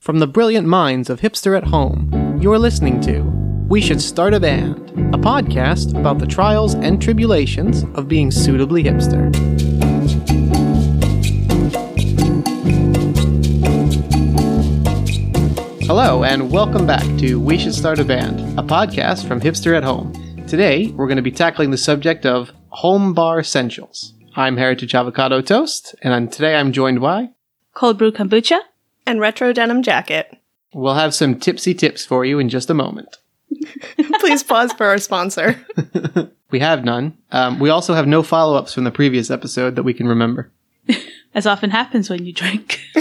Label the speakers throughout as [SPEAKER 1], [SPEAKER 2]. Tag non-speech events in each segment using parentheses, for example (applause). [SPEAKER 1] From the brilliant minds of Hipster at Home, you're listening to We Should Start a Band, a podcast about the trials and tribulations of being suitably hipster. Hello, and welcome back to We Should Start a Band, a podcast from Hipster at Home. Today, we're going to be tackling the subject of home bar essentials. I'm Heritage Avocado Toast, and I'm- today I'm joined by
[SPEAKER 2] cold brew kombucha.
[SPEAKER 3] and retro denim jacket. (laughs)
[SPEAKER 1] We'll have some tipsy tips for you in just a moment.
[SPEAKER 3] Please pause for our sponsor.
[SPEAKER 1] We have none. Um, we also have no follow ups from the previous episode that we can remember.
[SPEAKER 2] As often happens when you drink. (laughs)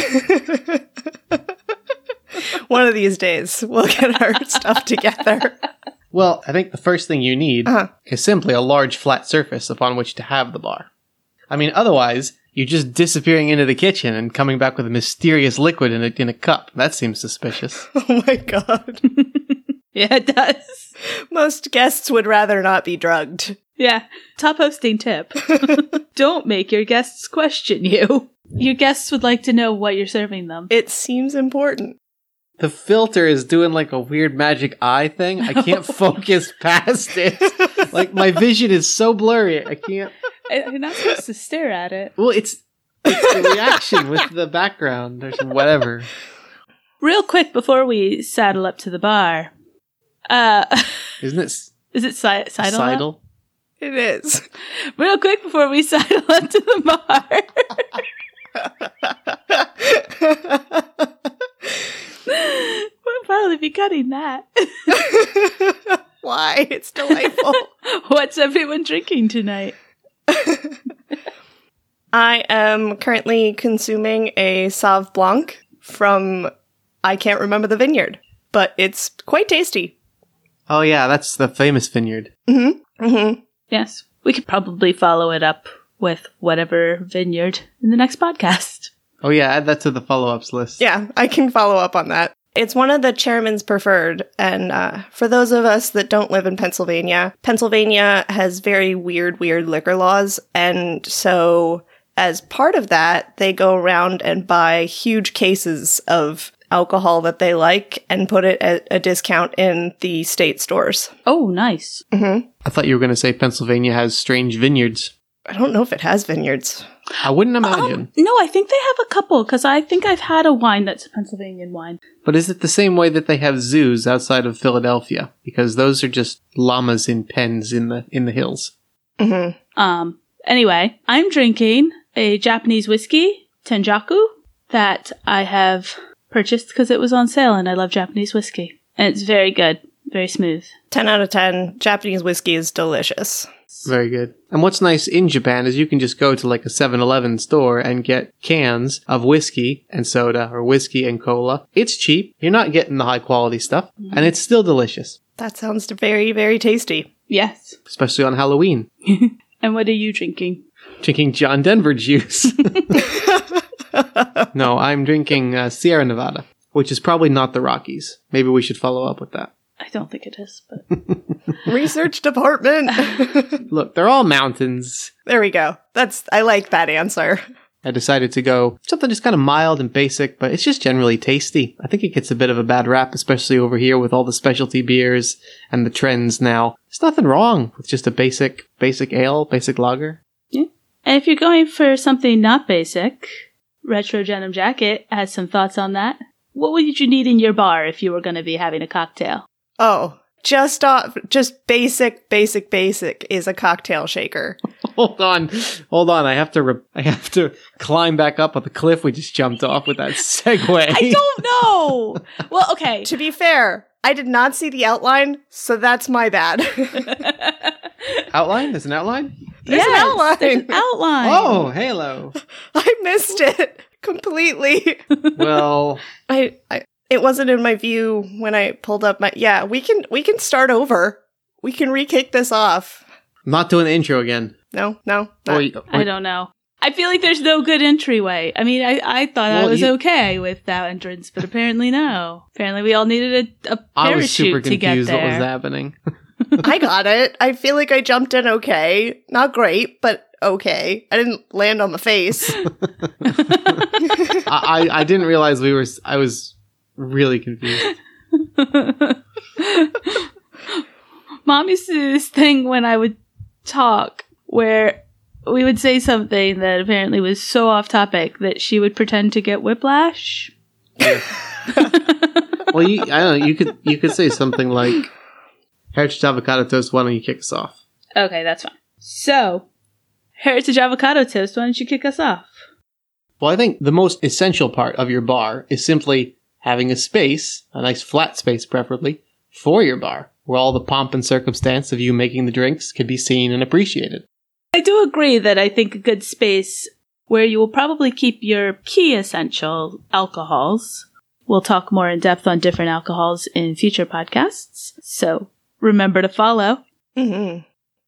[SPEAKER 3] One of these days, we'll get our (laughs) stuff together. (laughs)
[SPEAKER 1] Well, I think the first thing you need
[SPEAKER 3] Uh-huh.
[SPEAKER 1] is simply a large flat surface upon which to have the bar. I mean, otherwise, you're just disappearing into the kitchen and coming back with a mysterious liquid in a, in a cup. That seems suspicious.
[SPEAKER 3] Oh my god.
[SPEAKER 2] yeah, it does.
[SPEAKER 3] Most guests would rather not be drugged.
[SPEAKER 2] Yeah. Top hosting (laughs) tip. Don't make your guests question you. Your guests would like to know what you're serving them.
[SPEAKER 3] It seems important.
[SPEAKER 1] (laughs) the filter is doing like a weird magic eye thing. I (laughs) can't focus past it. Like, my vision is so blurry. I can't.
[SPEAKER 2] I- (laughs) You're not supposed to stare at it.
[SPEAKER 1] Well, it's, it's the reaction with the background or some- whatever.
[SPEAKER 2] Real quick before we saddle up to the bar. Uh, (laughs)
[SPEAKER 1] Isn't it s-
[SPEAKER 2] is it si- sidle? up?
[SPEAKER 1] Seidel?
[SPEAKER 3] It is. (laughs)
[SPEAKER 2] Real quick before we saddle up to the (laughs) bar. we'll probably be cutting that.
[SPEAKER 3] Why? It's delightful.
[SPEAKER 2] What's everyone drinking tonight?
[SPEAKER 3] I am currently consuming a Sauve Blanc from I can't remember the vineyard, but it's quite tasty.
[SPEAKER 1] Oh yeah, that's the famous vineyard.
[SPEAKER 3] hmm
[SPEAKER 2] Yes. We could probably follow it up with whatever vineyard in the next podcast.
[SPEAKER 1] Oh yeah, add that to the follow-ups list.
[SPEAKER 3] Yeah, I can follow up on that. It's one of the chairman's preferred. And uh, for those of us that don't live in Pennsylvania, Pennsylvania has very weird, weird liquor laws. And so, as part of that, they go around and buy huge cases of alcohol that they like and put it at a discount in the state stores.
[SPEAKER 2] Oh, nice.
[SPEAKER 1] I thought you were going to say Pennsylvania has strange vineyards.
[SPEAKER 3] I don't know if it has vineyards.
[SPEAKER 1] I wouldn't imagine.
[SPEAKER 2] Oh, No, I think they have a couple because I think I've had a wine that's a Pennsylvanian wine.
[SPEAKER 1] but is it the same way that they have zoos outside of Philadelphia? Because those are just llamas in pens in the in the hills.
[SPEAKER 3] hmm
[SPEAKER 2] Um, anyway, I'm drinking a Japanese whiskey, Tenjaku, that I have purchased because it was on sale and I love Japanese whiskey. And it's very good, very smooth.
[SPEAKER 3] 10 out of 10, Japanese whiskey is delicious.
[SPEAKER 1] Very good. And what's nice in Japan is you can just go to like a 7-Eleven store and get cans of whiskey and soda or whiskey and cola. It's cheap. You're not getting the high quality stuff, and it's still delicious,
[SPEAKER 3] That sounds very, very tasty.
[SPEAKER 2] Yes.
[SPEAKER 1] especially on Halloween.
[SPEAKER 2] And what are you drinking?
[SPEAKER 1] drinking John Denver juice. no, I'm drinking uh, Sierra Nevada, which is probably not the Rockies. Maybe we should follow up with that.
[SPEAKER 2] I don't think it is, but
[SPEAKER 3] Research department. (laughs)
[SPEAKER 1] Look, they're all mountains.
[SPEAKER 3] There we go. That's I like that answer.
[SPEAKER 1] I decided to go something just kind of mild and basic, but it's just generally tasty. I think it gets a bit of a bad rap, especially over here with all the specialty beers and the trends now. There's nothing wrong with just a basic, basic ale, basic lager. (laughs)
[SPEAKER 2] And if you're going for something not basic, Retro Denim Jacket has some thoughts on that. What would you need in your bar if you were going to be having a cocktail?
[SPEAKER 3] Oh, just off, just basic, basic, basic is a cocktail shaker.
[SPEAKER 1] Hold on, hold on. I have to, re- I have to climb back up on the cliff we just jumped off with
[SPEAKER 2] (laughs)
[SPEAKER 1] that segue. (laughs)
[SPEAKER 2] I don't know. well, (laughs) okay.
[SPEAKER 3] to be fair, I did not see the outline, so that's my bad. (laughs)
[SPEAKER 1] Outline? There's an outline?
[SPEAKER 3] There's an outline.
[SPEAKER 2] There's an outline.
[SPEAKER 1] Oh,
[SPEAKER 2] (laughs)
[SPEAKER 1] Halo.
[SPEAKER 3] I missed it (laughs) completely. (laughs)
[SPEAKER 1] well,
[SPEAKER 3] I, I it wasn't in my view when I pulled up my Yeah, we can we can start over. We can re-kick this off.
[SPEAKER 1] I'm not doing the intro again.
[SPEAKER 3] No, no.
[SPEAKER 1] Or-
[SPEAKER 3] not.
[SPEAKER 1] or-
[SPEAKER 2] I don't know. I feel like there's no good entryway. I mean, I, I thought I
[SPEAKER 1] Well,
[SPEAKER 2] was
[SPEAKER 1] you-
[SPEAKER 2] okay with that entrance, but apparently no. Apparently we all needed a, a parachute
[SPEAKER 1] I was super
[SPEAKER 2] to get
[SPEAKER 1] confused
[SPEAKER 2] there.
[SPEAKER 1] what was happening.
[SPEAKER 3] I got it. I feel like I jumped in okay. Not great, but okay. I didn't land on the face.
[SPEAKER 1] I, I, I didn't realize we were, s- I was really confused.
[SPEAKER 2] Mom used to do this thing when I would talk where we would say something that apparently was so off topic that she would pretend to get whiplash.
[SPEAKER 1] Well, you, I don't know. You could you could say something like, "Heritage avocado toast. Why don't you kick us off?"
[SPEAKER 2] Okay, that's fine. So, Heritage Avocado Toast, why don't you kick us off?
[SPEAKER 1] Well, I think the most essential part of your bar is simply having a space, a nice flat space preferably, for your bar, where all the pomp and circumstance of you making the drinks can be seen and appreciated.
[SPEAKER 2] I do agree that I think a good space where you will probably keep your key essential alcohols. We'll talk more in depth on different alcohols in future podcasts, so remember to follow.
[SPEAKER 3] hmm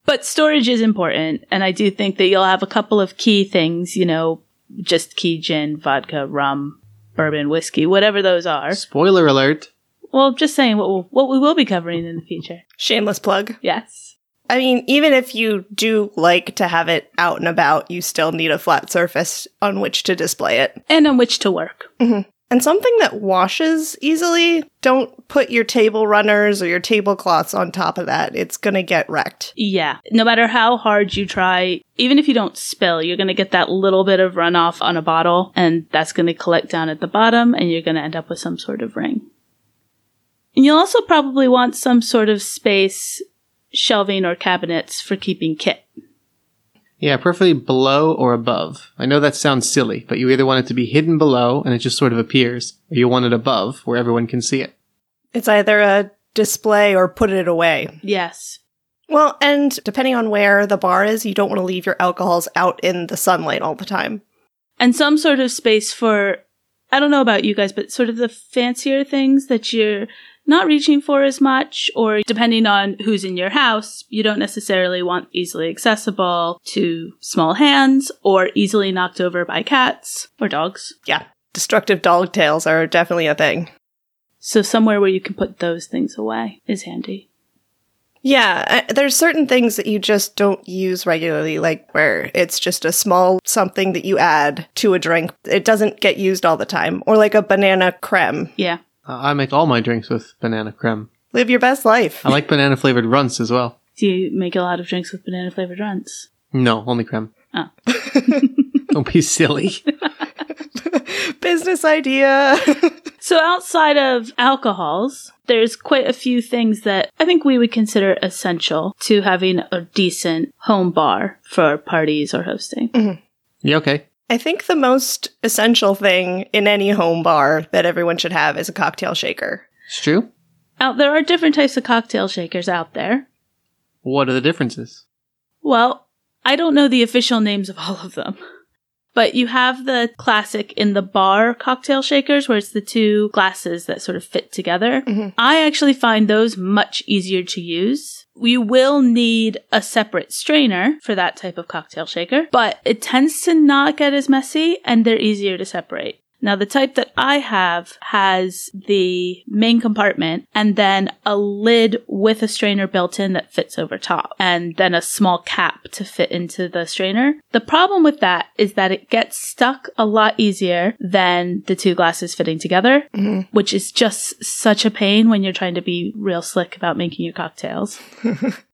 [SPEAKER 2] But storage is important, and I do think that you'll have a couple of key things, you know, just key gin, vodka, rum, bourbon, whiskey, whatever those are.
[SPEAKER 1] Spoiler alert.
[SPEAKER 2] Well, just saying what we'll, what we will be covering in the future.
[SPEAKER 3] Shameless plug.
[SPEAKER 2] Yes.
[SPEAKER 3] I mean, even if you do like to have it out and about, you still need a flat surface on which to display it.
[SPEAKER 2] And on which to work.
[SPEAKER 3] And something that washes easily, don't put your table runners or your tablecloths on top of that. It's going to get wrecked.
[SPEAKER 2] Yeah. No matter how hard you try, even if you don't spill, you're going to get that little bit of runoff on a bottle, and that's going to collect down at the bottom, and you're going to end up with some sort of ring. And you'll also probably want some sort of space, shelving, or cabinets for keeping kit.
[SPEAKER 1] Yeah, preferably below or above. I know that sounds silly, but you either want it to be hidden below and it just sort of appears, or you want it above where everyone can see it.
[SPEAKER 3] It's either a display or put it away.
[SPEAKER 2] Yes.
[SPEAKER 3] Well, and depending on where the bar is, you don't want to leave your alcohols out in the sunlight all the time.
[SPEAKER 2] And some sort of space for, I don't know about you guys, but sort of the fancier things that you're not reaching for as much, or depending on who's in your house, you don't necessarily want easily accessible to small hands or easily knocked over by cats or dogs.
[SPEAKER 3] Yeah, destructive dog tails are definitely a thing.
[SPEAKER 2] So somewhere where you can put those things away is handy.
[SPEAKER 3] Yeah, I- there's certain things that you just don't use regularly, like where it's just a small something that you add to a drink. It doesn't get used all the time, or like a banana creme.
[SPEAKER 2] Yeah.
[SPEAKER 1] Uh, I make all my drinks with banana creme.
[SPEAKER 3] Live your best life.
[SPEAKER 1] I like banana flavored runts as well.
[SPEAKER 2] Do you make a lot of drinks with banana flavored runs?
[SPEAKER 1] No, only creme.
[SPEAKER 2] Oh.
[SPEAKER 1] Don't be silly.
[SPEAKER 3] (laughs) Business idea. (laughs)
[SPEAKER 2] So outside of alcohols, there's quite a few things that I think we would consider essential to having a decent home bar for parties or hosting.
[SPEAKER 1] Yeah, okay.
[SPEAKER 3] I think the most essential thing in any home bar that everyone should have is a cocktail shaker.
[SPEAKER 1] It's true.
[SPEAKER 2] Out there are different types of cocktail shakers out there.
[SPEAKER 1] What are the differences?
[SPEAKER 2] Well, I don't know the official names of all of them. But you have the classic in the bar cocktail shakers where it's the two glasses that sort of fit together.
[SPEAKER 3] Mhm.
[SPEAKER 2] I actually find those much easier to use. You will need a separate strainer for that type of cocktail shaker, but it tends to not get as messy and they're easier to separate. Now, the type that I have has the main compartment and then a lid with a strainer built in that fits over top and then a small cap to fit into the strainer. The problem with that is that it gets stuck a lot easier than the two glasses fitting together, which is just such a pain when you're trying to be real slick about making your cocktails.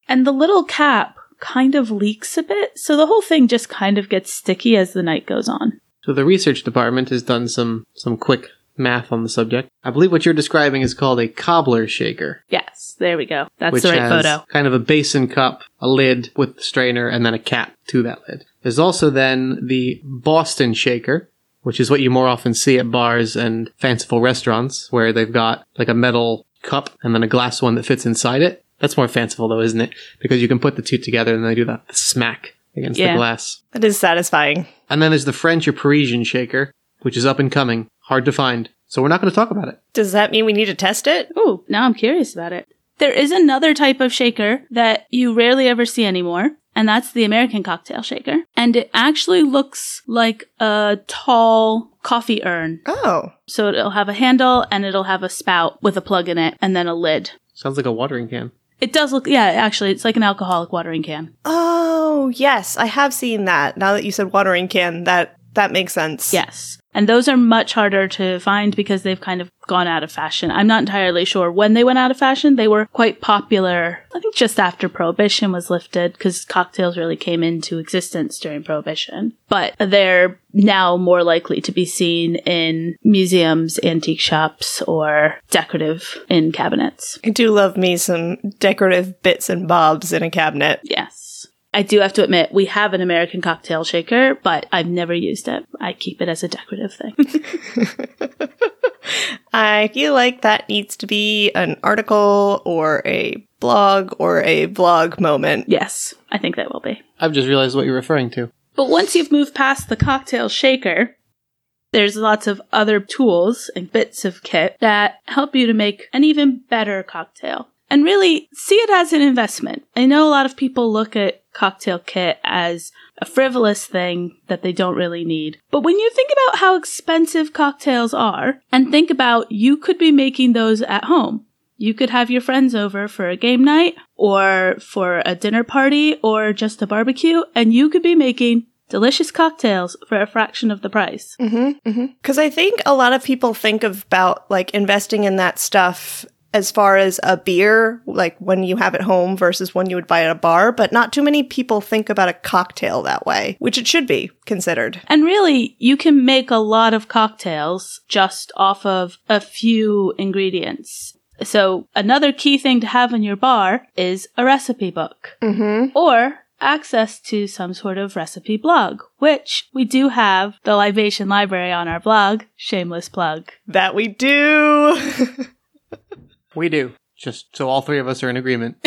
[SPEAKER 2] and the little cap kind of leaks a bit, so the whole thing just kind of gets sticky as the night goes on.
[SPEAKER 1] So the research department has done some some quick math on the subject. I believe what you're describing is called a cobbler shaker,
[SPEAKER 2] Yes, there we go. That's
[SPEAKER 1] which
[SPEAKER 2] the right
[SPEAKER 1] has
[SPEAKER 2] photo.
[SPEAKER 1] kind of a basin cup, a lid with the strainer, and then a cap to that lid. There's also then the Boston shaker, which is what you more often see at bars and fanciful restaurants, where they've got like a metal cup and then a glass one that fits inside it. That's more fanciful though, isn't it? Because you can put the two together and they do that smack against
[SPEAKER 2] Yeah.
[SPEAKER 1] the glass.
[SPEAKER 3] That is satisfying.
[SPEAKER 1] And then there's the French or Parisian shaker, which is up and coming, hard to find. So we're not going to talk about it.
[SPEAKER 3] Does that mean we need to test it?
[SPEAKER 2] Ooh, now I'm curious about it. There is another type of shaker that you rarely ever see anymore, and that's the American cocktail shaker. And it actually looks like a tall coffee urn.
[SPEAKER 3] Oh,
[SPEAKER 2] So it'll have a handle and it'll have a spout with a plug in it and then a lid.
[SPEAKER 1] Sounds like a watering can.
[SPEAKER 2] It does look, yeah, actually, it's like an alcoholic watering can.
[SPEAKER 3] Oh, yes, I have seen that. Now that you said watering can, that that makes sense.
[SPEAKER 2] Yes. And those are much harder to find because they've kind of gone out of fashion. I'm not entirely sure when they went out of fashion. They were quite popular, I think just after Prohibition was lifted, because cocktails really came into existence during Prohibition. But they're now more likely to be seen in museums, antique shops, or decorative in cabinets.
[SPEAKER 3] I do love me some decorative bits and bobs in a cabinet.
[SPEAKER 2] Yes. I do have to admit, we have an American cocktail shaker, but I've never used it. I keep it as a decorative thing.
[SPEAKER 3] I feel like that needs to be an article or a blog or a vlog moment.
[SPEAKER 2] yes, I think that will be.
[SPEAKER 1] I've just realized what you're referring to.
[SPEAKER 2] But once you've moved past the cocktail shaker, there's lots of other tools and bits of kit that help you to make an even better cocktail. And really see it as an investment. I know a lot of people look at cocktail kit as a frivolous thing that they don't really need. But when you think about how expensive cocktails are and think about you could be making those at home. You could have your friends over for a game night or for a dinner party or just a barbecue, and you could be making delicious cocktails for a fraction of the price.
[SPEAKER 3] Mm-hmm. Because I think a lot of people think about like investing in that stuff as far as a beer, like when you have at home versus when you would buy at a bar, but not too many people think about a cocktail that way, which it should be considered.
[SPEAKER 2] And really, you can make a lot of cocktails just off of a few ingredients. So, another key thing to have in your bar is a recipe book.
[SPEAKER 3] Mm-hmm.
[SPEAKER 2] or access to some sort of recipe blog, which we do have the Libation Library on our blog. Shameless plug.
[SPEAKER 3] That we do. (laughs)
[SPEAKER 1] We do. Just so all three of us are in agreement. (laughs)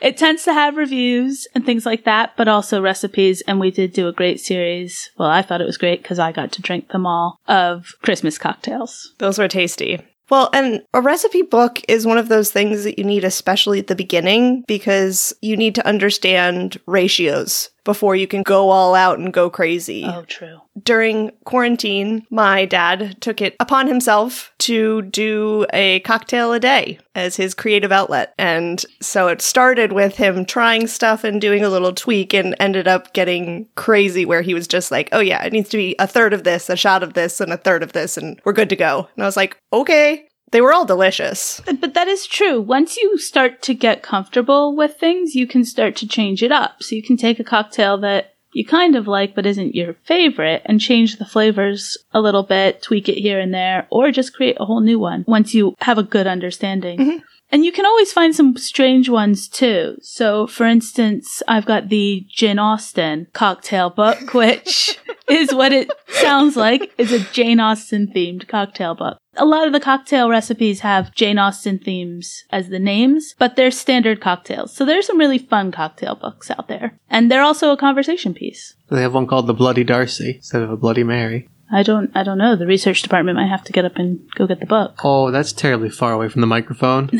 [SPEAKER 2] It tends to have reviews and things like that, but also recipes. And we did do a great series. Well, I thought it was great because I got to drink them all of Christmas cocktails.
[SPEAKER 3] Those were tasty. Well, and a recipe book is one of those things that you need, especially at the beginning, because you need to understand ratios before you can go all out and go crazy.
[SPEAKER 2] Oh, true.
[SPEAKER 3] During quarantine, my dad took it upon himself to do a cocktail a day as his creative outlet. And so it started with him trying stuff and doing a little tweak and ended up getting crazy where he was just like, oh, yeah, it needs to be a third of this, a shot of this, and a third of this, and we're good to go. And I was like, okay. They were all delicious.
[SPEAKER 2] But that is true. Once you start to get comfortable with things, you can start to change it up. So you can take a cocktail that you kind of like but isn't your favorite and change the flavors a little bit, tweak it here and there, or just create a whole new one once you have a good understanding. And you can always find some strange ones too. So, for instance, I've got the Jane Austen cocktail book, (laughs) which is what it sounds like is a Jane Austen themed cocktail book. A lot of the cocktail recipes have Jane Austen themes as the names, but they're standard cocktails. So there's some really fun cocktail books out there. And they're also a conversation piece.
[SPEAKER 1] they have one called the Bloody Darcy instead of a Bloody Mary.
[SPEAKER 2] I don't I don't know. The research department might have to get up and go get the book.
[SPEAKER 1] Oh, that's terribly far away from the
[SPEAKER 2] (laughs)
[SPEAKER 1] microphone.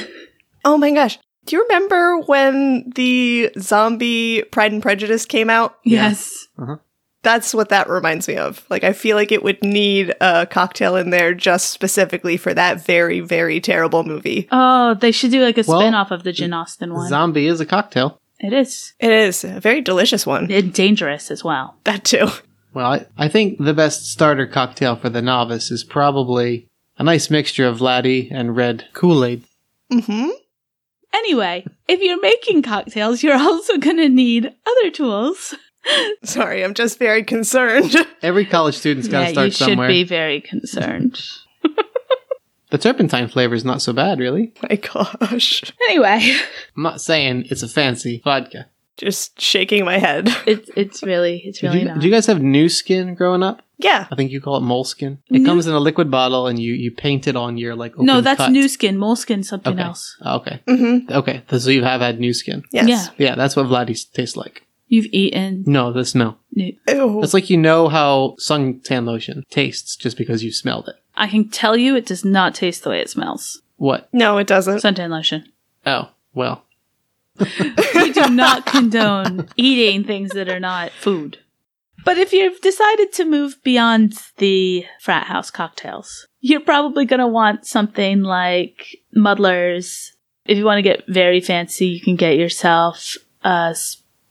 [SPEAKER 3] Oh my gosh. Do you remember when the zombie Pride and Prejudice came out?
[SPEAKER 2] Yes.
[SPEAKER 3] That's what that reminds me of. Like, I feel like it would need a cocktail in there just specifically for that very, very terrible movie.
[SPEAKER 2] Oh, they should do like a
[SPEAKER 1] Well,
[SPEAKER 2] spin off of the Jane Austen one.
[SPEAKER 1] Zombie is a cocktail.
[SPEAKER 2] it is.
[SPEAKER 3] It is a very delicious one.
[SPEAKER 2] and dangerous as well.
[SPEAKER 3] That too.
[SPEAKER 1] Well, I, I think the best starter cocktail for the novice is probably a nice mixture of laddie and red Kool Aid.
[SPEAKER 3] Mm-hmm.
[SPEAKER 2] Anyway, if you're making cocktails, you're also going to need other tools.
[SPEAKER 3] Sorry, I'm just very concerned. (laughs)
[SPEAKER 1] Every college student's got to
[SPEAKER 2] you
[SPEAKER 1] start somewhere.
[SPEAKER 2] should be very concerned.
[SPEAKER 1] The turpentine flavor is not so bad, really.
[SPEAKER 3] my gosh.
[SPEAKER 2] anyway, (laughs)
[SPEAKER 1] I'm not saying it's a fancy vodka.
[SPEAKER 3] Just shaking my head.
[SPEAKER 2] it's it's really it's
[SPEAKER 1] Did
[SPEAKER 2] really
[SPEAKER 1] you,
[SPEAKER 2] not.
[SPEAKER 1] did you guys have new skin growing up?
[SPEAKER 3] Yeah.
[SPEAKER 1] I think you call it moleskin. It comes in a liquid bottle, and you you paint it on your like. Open
[SPEAKER 2] no, that's
[SPEAKER 1] cut.
[SPEAKER 2] new skin, moleskin, something
[SPEAKER 1] Okay.
[SPEAKER 2] else.
[SPEAKER 1] Oh, okay.
[SPEAKER 3] Mm-hmm.
[SPEAKER 1] Okay. So you have had new skin.
[SPEAKER 3] Yes.
[SPEAKER 1] Yeah, that's what Vladdy's tastes like.
[SPEAKER 2] You've eaten.
[SPEAKER 1] No, the smell.
[SPEAKER 2] new-
[SPEAKER 3] Ew.
[SPEAKER 1] It's like you know how suntan lotion tastes just because you smelled it.
[SPEAKER 2] I can tell you, it does not taste the way it smells.
[SPEAKER 1] What?
[SPEAKER 3] No, it doesn't.
[SPEAKER 2] Suntan lotion.
[SPEAKER 1] Oh, well.
[SPEAKER 2] We do not condone eating things that are not food. But if you've decided to move beyond the frat house cocktails, you're probably going to want something like muddlers. If you want to get very fancy, you can get yourself a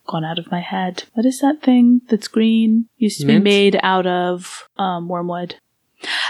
[SPEAKER 2] gone out of my head. What is that thing that's green? Used to
[SPEAKER 1] Mint?
[SPEAKER 2] be made out of um, wormwood.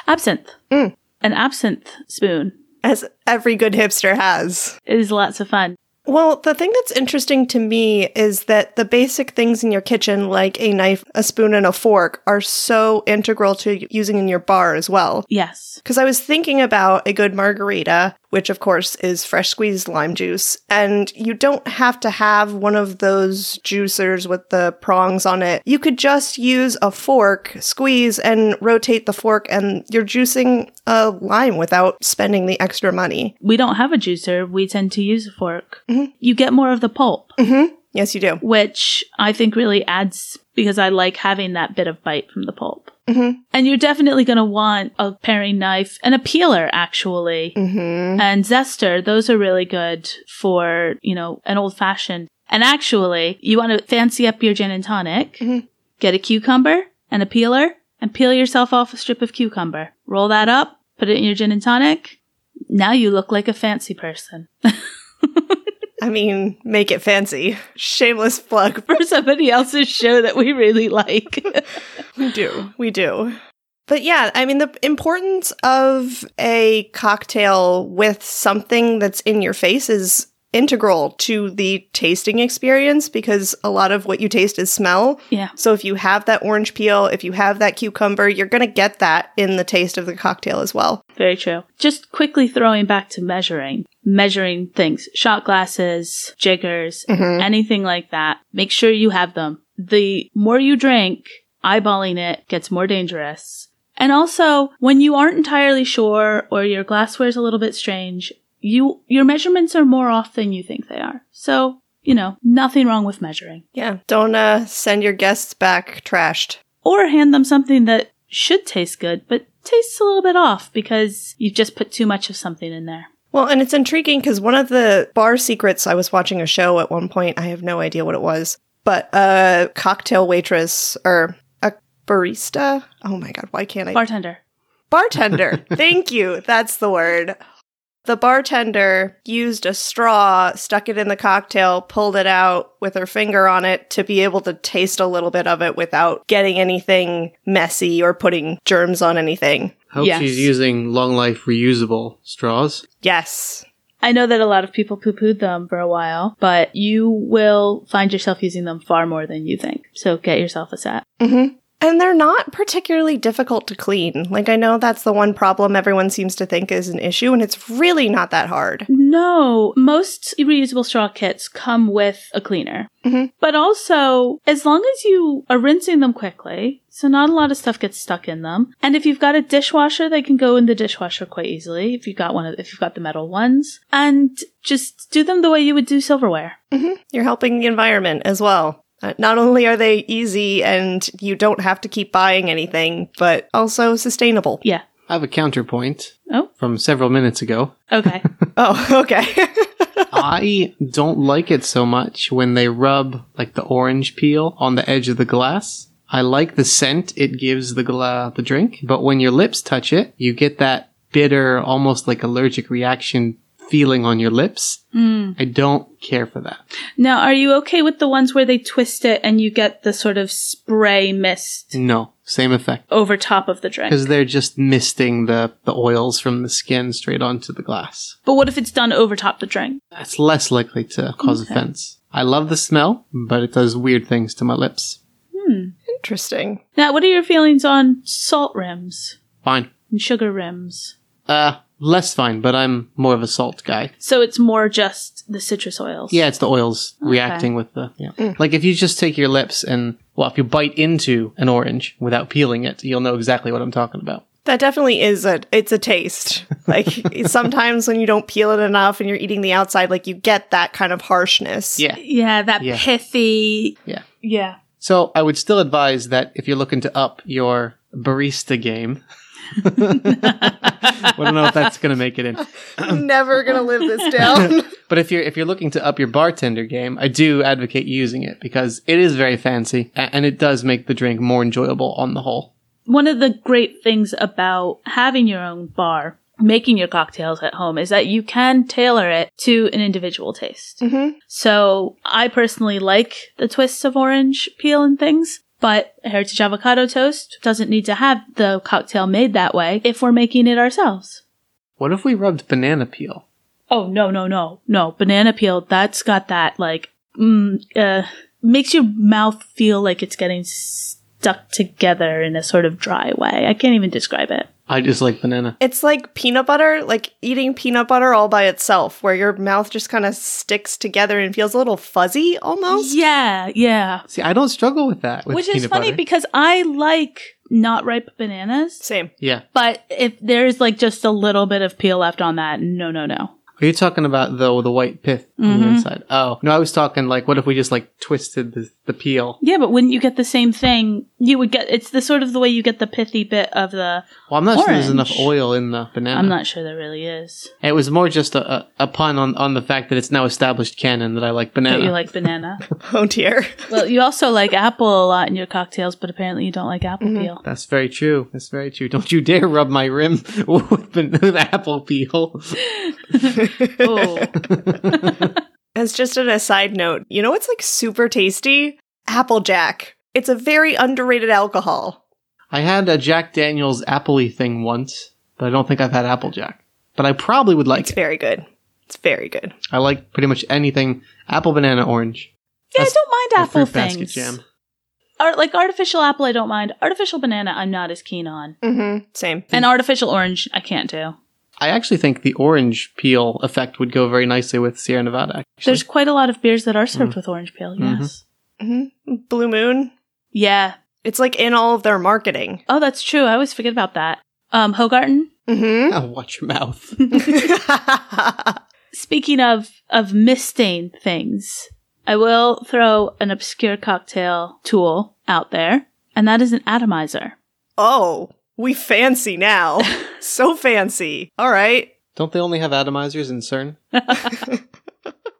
[SPEAKER 2] Absinthe.
[SPEAKER 3] Mm.
[SPEAKER 2] An absinthe spoon
[SPEAKER 3] as every good hipster has.
[SPEAKER 2] is lots of fun.
[SPEAKER 3] Well, the thing that's interesting to me is that the basic things in your kitchen, like a knife, a spoon, and a fork, are so integral to using in your bar as well.
[SPEAKER 2] Yes.
[SPEAKER 3] Because I was thinking about a good margarita, which of course is fresh squeezed lime juice, and you don't have to have one of those juicers with the prongs on it. You could just use a fork, squeeze, and rotate the fork, and you're juicing a lime without spending the extra money.
[SPEAKER 2] We don't have a juicer. We tend to use a fork.
[SPEAKER 3] Mhm.
[SPEAKER 2] You get more of the pulp,
[SPEAKER 3] Mm hmm. Yes, you do.
[SPEAKER 2] which I think really adds because I like having that bit of bite from the pulp.
[SPEAKER 3] Mm
[SPEAKER 2] And you're definitely going to want a paring knife and a peeler, actually.
[SPEAKER 3] hmm. Mm hmm.
[SPEAKER 2] and zester those are really good for you know an old fashioned and actually you want to fancy up your gin and tonic
[SPEAKER 3] Mhm.
[SPEAKER 2] get a cucumber and a peeler and peel yourself off a strip of cucumber roll that up put it in your gin and tonic now you look like a fancy person (laughs)
[SPEAKER 3] I mean, make it fancy. (laughs) Shameless plug.
[SPEAKER 2] for somebody else's show that we really like
[SPEAKER 3] We do. We do. But yeah, I mean, the importance of a cocktail with something that's in your face is integral to the tasting experience because a lot of what you taste is smell.
[SPEAKER 2] yeah
[SPEAKER 3] So if you have that orange peel, if you have that cucumber, you're going to get that in the taste of the cocktail as well.
[SPEAKER 2] Very true. Just quickly throwing back to measuring, measuring things, shot glasses, jiggers,
[SPEAKER 3] Mhm.
[SPEAKER 2] anything like that. Make sure you have them. The more you drink, eyeballing it gets more dangerous. And also, when you aren't entirely sure or your glassware's a little bit strange, you your measurements are more off than you think they are. So, you know, nothing wrong with measuring.
[SPEAKER 3] Yeah. Don't uh, send your guests back trashed.
[SPEAKER 2] Or hand them something that should taste good, but tastes a little bit off because you've just put too much of something in there.
[SPEAKER 3] Well, and it's intriguing because one of the bar secrets, I was watching a show at one point, I have no idea what it was, but a cocktail waitress or a barista. Oh my God, why can't I?
[SPEAKER 2] Bartender.
[SPEAKER 3] bartender. Thank you. That's the word. The bartender used a straw, stuck it in the cocktail, pulled it out with her finger on it to be able to taste a little bit of it without getting anything messy or putting germs on anything.
[SPEAKER 1] Hope
[SPEAKER 2] Yes.
[SPEAKER 1] she's using long life reusable straws.
[SPEAKER 3] Yes.
[SPEAKER 2] I know that a lot of people poo pooed them for a while, but you will find yourself using them far more than you think. So get yourself a set.
[SPEAKER 3] Mm-hmm. And they're not particularly difficult to clean. Like, I know that's the one problem everyone seems to think is an issue, and it's really not that hard.
[SPEAKER 2] No, most reusable straw kits come with a cleaner.
[SPEAKER 3] Mhm.
[SPEAKER 2] But also, as long as you are rinsing them quickly, so not a lot of stuff gets stuck in them. And if you've got a dishwasher, they can go in the dishwasher quite easily if you've got one of, if you've got the metal ones. And just do them the way you would do silverware.
[SPEAKER 3] You're helping the environment as well. Uh, not only are they easy and you don't have to keep buying anything, but also sustainable.
[SPEAKER 2] Yeah.
[SPEAKER 1] I have a counterpoint
[SPEAKER 2] Oh,
[SPEAKER 1] from several minutes ago.
[SPEAKER 2] okay.
[SPEAKER 3] Oh, (laughs) okay.
[SPEAKER 1] I don't like it so much when they rub like the orange peel on the edge of the glass. I like the scent it gives the gla- the drink, but when your lips touch it, you get that bitter, almost like allergic reaction feeling on your lips.
[SPEAKER 2] Mm.
[SPEAKER 1] I don't care for that.
[SPEAKER 2] Now, are you okay with the ones where they twist it and you get the sort of spray mist
[SPEAKER 1] No, same effect
[SPEAKER 2] over top of the drink?
[SPEAKER 1] because they're just misting the the oils from the skin straight onto the glass.
[SPEAKER 2] But what if it's done over top the drink?
[SPEAKER 1] That's less likely to cause
[SPEAKER 2] Okay.
[SPEAKER 1] offense. I love the smell, but it does weird things to my lips.
[SPEAKER 3] Interesting.
[SPEAKER 2] Now, what are your feelings on salt rims
[SPEAKER 1] Fine.
[SPEAKER 2] and sugar rims?
[SPEAKER 1] Uh, less fine, but I'm more of a salt guy.
[SPEAKER 2] So it's more just the citrus oils.
[SPEAKER 1] Yeah, it's the oils reacting with the. Yeah. Like if you just take your lips and, well, if you bite into an orange without peeling it, you'll know exactly what I'm talking about.
[SPEAKER 3] That definitely is a it's a taste. Like sometimes when you don't peel it enough and you're eating the outside, like you get that kind of harshness.
[SPEAKER 1] Yeah.
[SPEAKER 2] Yeah, that
[SPEAKER 1] Yeah.
[SPEAKER 2] pithy.
[SPEAKER 1] Yeah.
[SPEAKER 2] Yeah.
[SPEAKER 1] So I would still advise that if you're looking to up your barista game, (laughs) I don't know if that's going to make it in.
[SPEAKER 3] Never gonna live this down.
[SPEAKER 1] But if you're if you're looking to up your bartender game, I do advocate using it because it is very fancy a- and it does make the drink more enjoyable on the whole.
[SPEAKER 2] One of the great things about having your own bar making your cocktails at home is that you can tailor it to an individual taste.
[SPEAKER 3] Mm-hmm.
[SPEAKER 2] So I personally like the twists of orange peel and things, but Heritage Avocado Toast doesn't need to have the cocktail made that way if we're making it ourselves.
[SPEAKER 1] What if we rubbed banana peel?
[SPEAKER 2] Oh, no, no, no, no. Banana peel, that's got that, like, mm, uh, makes your mouth feel like it's getting stuck together in a sort of dry way. I can't even describe it.
[SPEAKER 1] I just like banana.
[SPEAKER 3] It's like peanut butter, like eating peanut butter all by itself, where your mouth just kind of sticks together and feels a little fuzzy almost.
[SPEAKER 2] Yeah, yeah.
[SPEAKER 1] See, I don't struggle with that. With
[SPEAKER 2] Which is
[SPEAKER 1] peanut
[SPEAKER 2] funny
[SPEAKER 1] butter.
[SPEAKER 2] because I like not ripe bananas,
[SPEAKER 3] Same.
[SPEAKER 1] yeah.
[SPEAKER 2] but if there's like just a little bit of peel left on that, no, no, no.
[SPEAKER 1] Are you talking about though the white pith on the
[SPEAKER 2] Mhm.
[SPEAKER 1] inside? Oh no, I was talking like what if we just like twisted the, the peel?
[SPEAKER 2] Yeah, but wouldn't you get the same thing? You would get it's the sort of the way you get the pithy bit of the.
[SPEAKER 1] Well, I'm not sure there's enough
[SPEAKER 2] Orange.
[SPEAKER 1] oil in the banana.
[SPEAKER 2] I'm not sure there really is.
[SPEAKER 1] It was more just a, a, a pun on, on the fact that it's now established canon that I like
[SPEAKER 2] That
[SPEAKER 1] banana.
[SPEAKER 2] you like banana.
[SPEAKER 3] Oh dear. (laughs)
[SPEAKER 2] well, you also like apple a lot in your cocktails, but apparently you don't like apple
[SPEAKER 1] (laughs)
[SPEAKER 3] Mhm.
[SPEAKER 2] peel.
[SPEAKER 1] That's very true. That's very true. Don't you dare rub my rim (laughs) with, ban- with apple peel. (laughs)
[SPEAKER 2] Oh,
[SPEAKER 3] As just an aside note, you know what's like super tasty? Applejack. It's a very underrated alcohol.
[SPEAKER 1] I had a Jack Daniels appley thing once, but I don't think I've had Applejack. But I probably would like
[SPEAKER 3] It's
[SPEAKER 1] it.
[SPEAKER 3] very good. It's very good.
[SPEAKER 1] I like pretty much anything apple, banana, orange.
[SPEAKER 2] yeah, I
[SPEAKER 1] That's
[SPEAKER 2] don't mind
[SPEAKER 1] or
[SPEAKER 2] apple
[SPEAKER 1] fruit basket
[SPEAKER 2] things.
[SPEAKER 1] jam.
[SPEAKER 2] Ar- like artificial apple, I don't mind. Artificial banana, I'm not as keen on.
[SPEAKER 1] Mm.
[SPEAKER 3] Mm-hmm. Same.
[SPEAKER 2] And artificial orange, I can't do.
[SPEAKER 1] I actually think the orange peel effect would go very nicely with Sierra Nevada. Actually.
[SPEAKER 2] There's quite a lot of beers that are served with orange peel.
[SPEAKER 1] Mhm.
[SPEAKER 2] Yes.
[SPEAKER 3] Mm-hmm. Blue Moon.
[SPEAKER 2] Yeah.
[SPEAKER 3] It's like in all of their marketing.
[SPEAKER 2] Oh, that's true. I always forget about that. Um, Hogarten.
[SPEAKER 3] Mm-hmm.
[SPEAKER 1] Oh, (laughs) watch your mouth.
[SPEAKER 2] Speaking of of mistain things, I will throw an obscure cocktail tool out there, and that is an atomizer.
[SPEAKER 3] oh, we fancy (laughs) now. so fancy. All right.
[SPEAKER 1] don't they only have atomizers in CERN?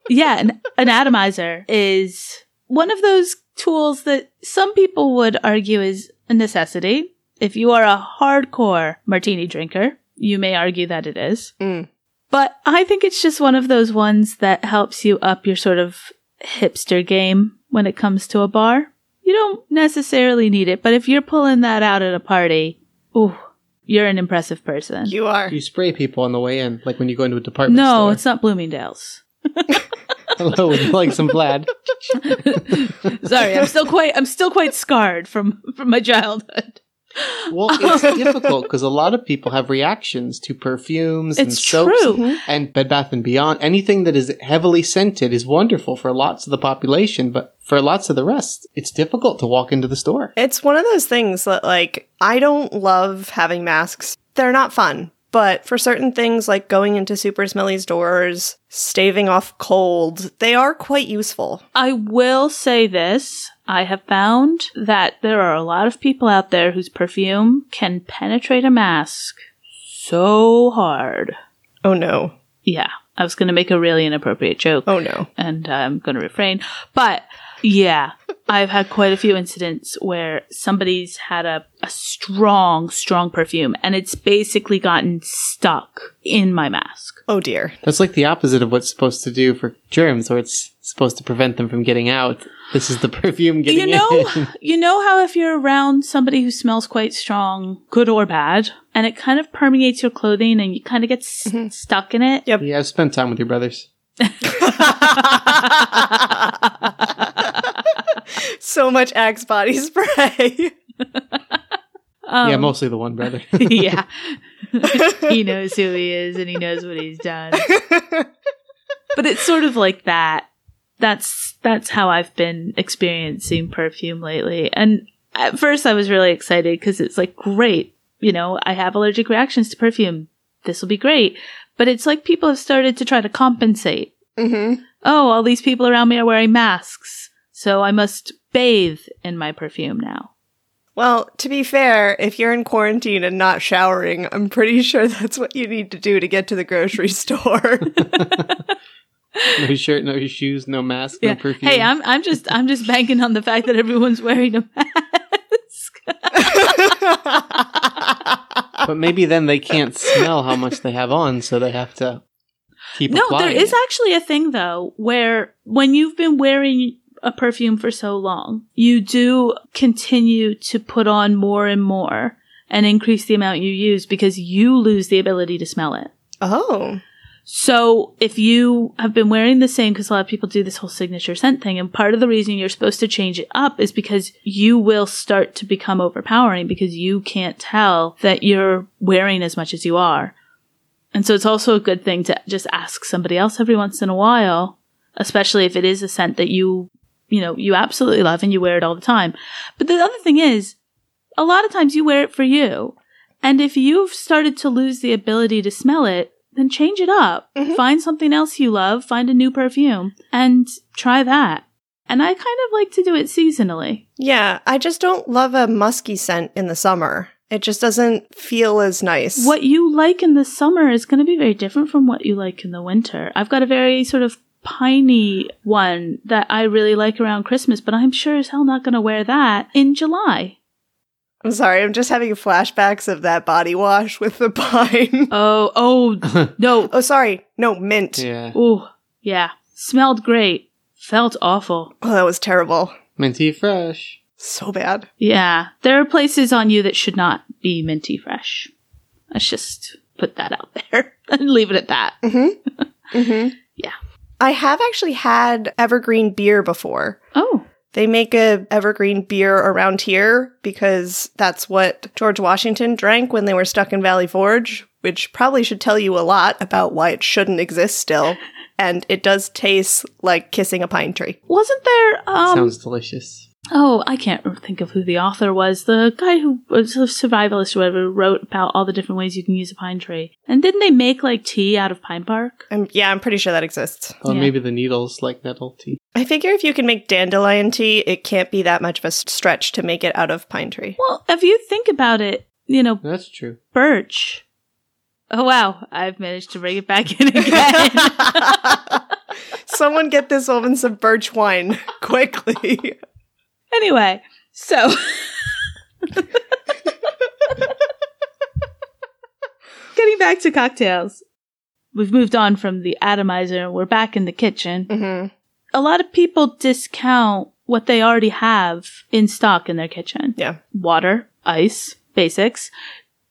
[SPEAKER 2] yeah, an, an atomizer is one of those tools that some people would argue is a necessity. If you are a hardcore martini drinker, you may argue that it is.
[SPEAKER 3] Mm.
[SPEAKER 2] But I think it's just one of those ones that helps you up your sort of hipster game when it comes to a bar. You don't necessarily need it, but if you're pulling that out at a party, ooh, you're an impressive person.
[SPEAKER 3] You are.
[SPEAKER 1] You spray people on the way in, like when you go into a department
[SPEAKER 2] no,
[SPEAKER 1] store.
[SPEAKER 2] it's not Bloomingdale's.
[SPEAKER 1] (laughs) Hello, would you like some
[SPEAKER 2] (laughs)
[SPEAKER 1] plaid?
[SPEAKER 2] Sorry, I'm still quite I'm still quite scarred from from my childhood.
[SPEAKER 1] Well, it's difficult because a lot of people have reactions to perfumes and
[SPEAKER 2] It's
[SPEAKER 1] soaps
[SPEAKER 2] true.
[SPEAKER 3] Mhm.
[SPEAKER 1] and Bed Bath and Beyond. Anything that is heavily scented is wonderful for lots of the population, but for lots of the rest, it's difficult to walk into the store.
[SPEAKER 3] It's one of those things that, like, I don't love having masks. They're not fun. But for certain things like going into Super Smelly's doors, staving off cold, they are quite useful.
[SPEAKER 2] I will say this. I have found that there are a lot of people out there whose perfume can penetrate a mask so hard.
[SPEAKER 3] Oh no.
[SPEAKER 2] Yeah, I was going to make a really inappropriate joke
[SPEAKER 3] Oh no.
[SPEAKER 2] and I'm going to refrain. But yeah, I've had quite a few incidents where somebody's had a, a strong, strong perfume and it's basically gotten stuck in my mask.
[SPEAKER 3] Oh dear.
[SPEAKER 1] That's like the opposite of what's supposed to do for germs, or it's supposed to prevent them from getting out. This is the (laughs) perfume getting
[SPEAKER 2] you know
[SPEAKER 1] in.
[SPEAKER 2] you know how if you're around somebody who smells quite strong good or bad and it kind of permeates your clothing and you kind of get s- stuck in it (laughs)
[SPEAKER 3] Yep.
[SPEAKER 1] (laughs) yeah, I've spent time with your brothers.
[SPEAKER 3] so much Axe body (laughs) spray.
[SPEAKER 2] um,
[SPEAKER 1] yeah, mostly the one
[SPEAKER 2] (laughs)
[SPEAKER 1] brother. (laughs)
[SPEAKER 2] yeah he knows who he is and he knows what he's done but it's sort of like that that's that's how i've been experiencing perfume lately and at first i was really excited because it's like great you know i have allergic reactions to perfume this will be great but it's like people have started to try to compensate
[SPEAKER 3] mm-hmm.
[SPEAKER 2] oh, all these people around me are wearing masks, so I must bathe in my perfume now.
[SPEAKER 3] Well, to be fair, if you're in quarantine and not showering, I'm pretty sure that's what you need to do to get to the grocery (laughs) store.
[SPEAKER 1] no shirt, no shoes, no mask,
[SPEAKER 2] Yeah.
[SPEAKER 1] no perfume.
[SPEAKER 2] Hey, I'm I'm just I'm just banking on the
[SPEAKER 1] (laughs)
[SPEAKER 2] fact that everyone's wearing a mask.
[SPEAKER 1] but maybe then they can't smell how much they have on, so they have to keep
[SPEAKER 2] No,
[SPEAKER 1] applying
[SPEAKER 2] there is
[SPEAKER 1] it.
[SPEAKER 2] actually a thing though where when you've been wearing a perfume for so long, you do continue to put on more and more and increase the amount you use because you lose the ability to smell it.
[SPEAKER 3] Oh.
[SPEAKER 2] So if you have been wearing the same, because a lot of people do this whole signature scent thing, and part of the reason you're supposed to change it up is because you will start to become overpowering because you can't tell that you're wearing as much as you are. And so it's also a good thing to just ask somebody else every once in a while, especially if it is a scent that you, you know, you absolutely love and you wear it all the time. But the other thing is, a lot of times you wear it for you. And if you've started to lose the ability to smell it, then change it up.
[SPEAKER 3] Mhm.
[SPEAKER 2] Find something else you love, find a new perfume, and try that. And I kind of like to do it seasonally.
[SPEAKER 3] Yeah, I just don't love a musky scent in the summer. It just doesn't feel as nice.
[SPEAKER 2] What you like in the summer is going to be very different from what you like in the winter. I've got a very sort of piney one that I really like around Christmas, but I'm sure as hell not going to wear that in July.
[SPEAKER 3] I'm sorry, I'm just having flashbacks of that body wash with the (laughs) pine.
[SPEAKER 2] Oh, oh, no.
[SPEAKER 3] oh, sorry. No, mint.
[SPEAKER 1] Yeah.
[SPEAKER 2] Oh, yeah. Smelled great. Felt awful.
[SPEAKER 3] Oh, that was terrible.
[SPEAKER 1] Minty fresh.
[SPEAKER 3] So bad.
[SPEAKER 2] Yeah, there are places on you that should not be minty fresh. Let's just put that out there (laughs) and leave it at that.
[SPEAKER 3] Mm-hmm. mm-hmm.
[SPEAKER 2] Yeah.
[SPEAKER 3] I have actually had evergreen beer before.
[SPEAKER 2] Oh,
[SPEAKER 3] They make a evergreen beer around here because that's what George Washington drank when they were stuck in Valley Forge, which probably should tell you a lot about why it shouldn't exist still. And it does taste like kissing a pine tree.
[SPEAKER 2] wasn't there? Um,
[SPEAKER 1] Sounds delicious.
[SPEAKER 2] oh, I can't re- think of who the author was. The guy who was a survivalist or whatever wrote about all the different ways you can use a pine tree. And didn't they make like tea out of pine bark?
[SPEAKER 3] Um, yeah, I'm pretty sure that exists.
[SPEAKER 1] Or
[SPEAKER 2] Yeah.
[SPEAKER 1] maybe the needles like nettle tea.
[SPEAKER 3] I figure if you can make dandelion tea, it can't be that much of a s- stretch to make it out of pine tree.
[SPEAKER 2] Well, if you think about it, you know,
[SPEAKER 1] That's true.
[SPEAKER 2] birch. Oh wow, I've managed to bring it back in (laughs) again.
[SPEAKER 3] Someone get this woman some birch wine quickly.
[SPEAKER 2] Anyway, so (laughs) getting back to cocktails. We've moved on from the atomizer and we're back in the kitchen.
[SPEAKER 3] mm-hmm.
[SPEAKER 2] A lot of people discount what they already have in stock in their kitchen.
[SPEAKER 3] Yeah.
[SPEAKER 2] Water, ice, basics,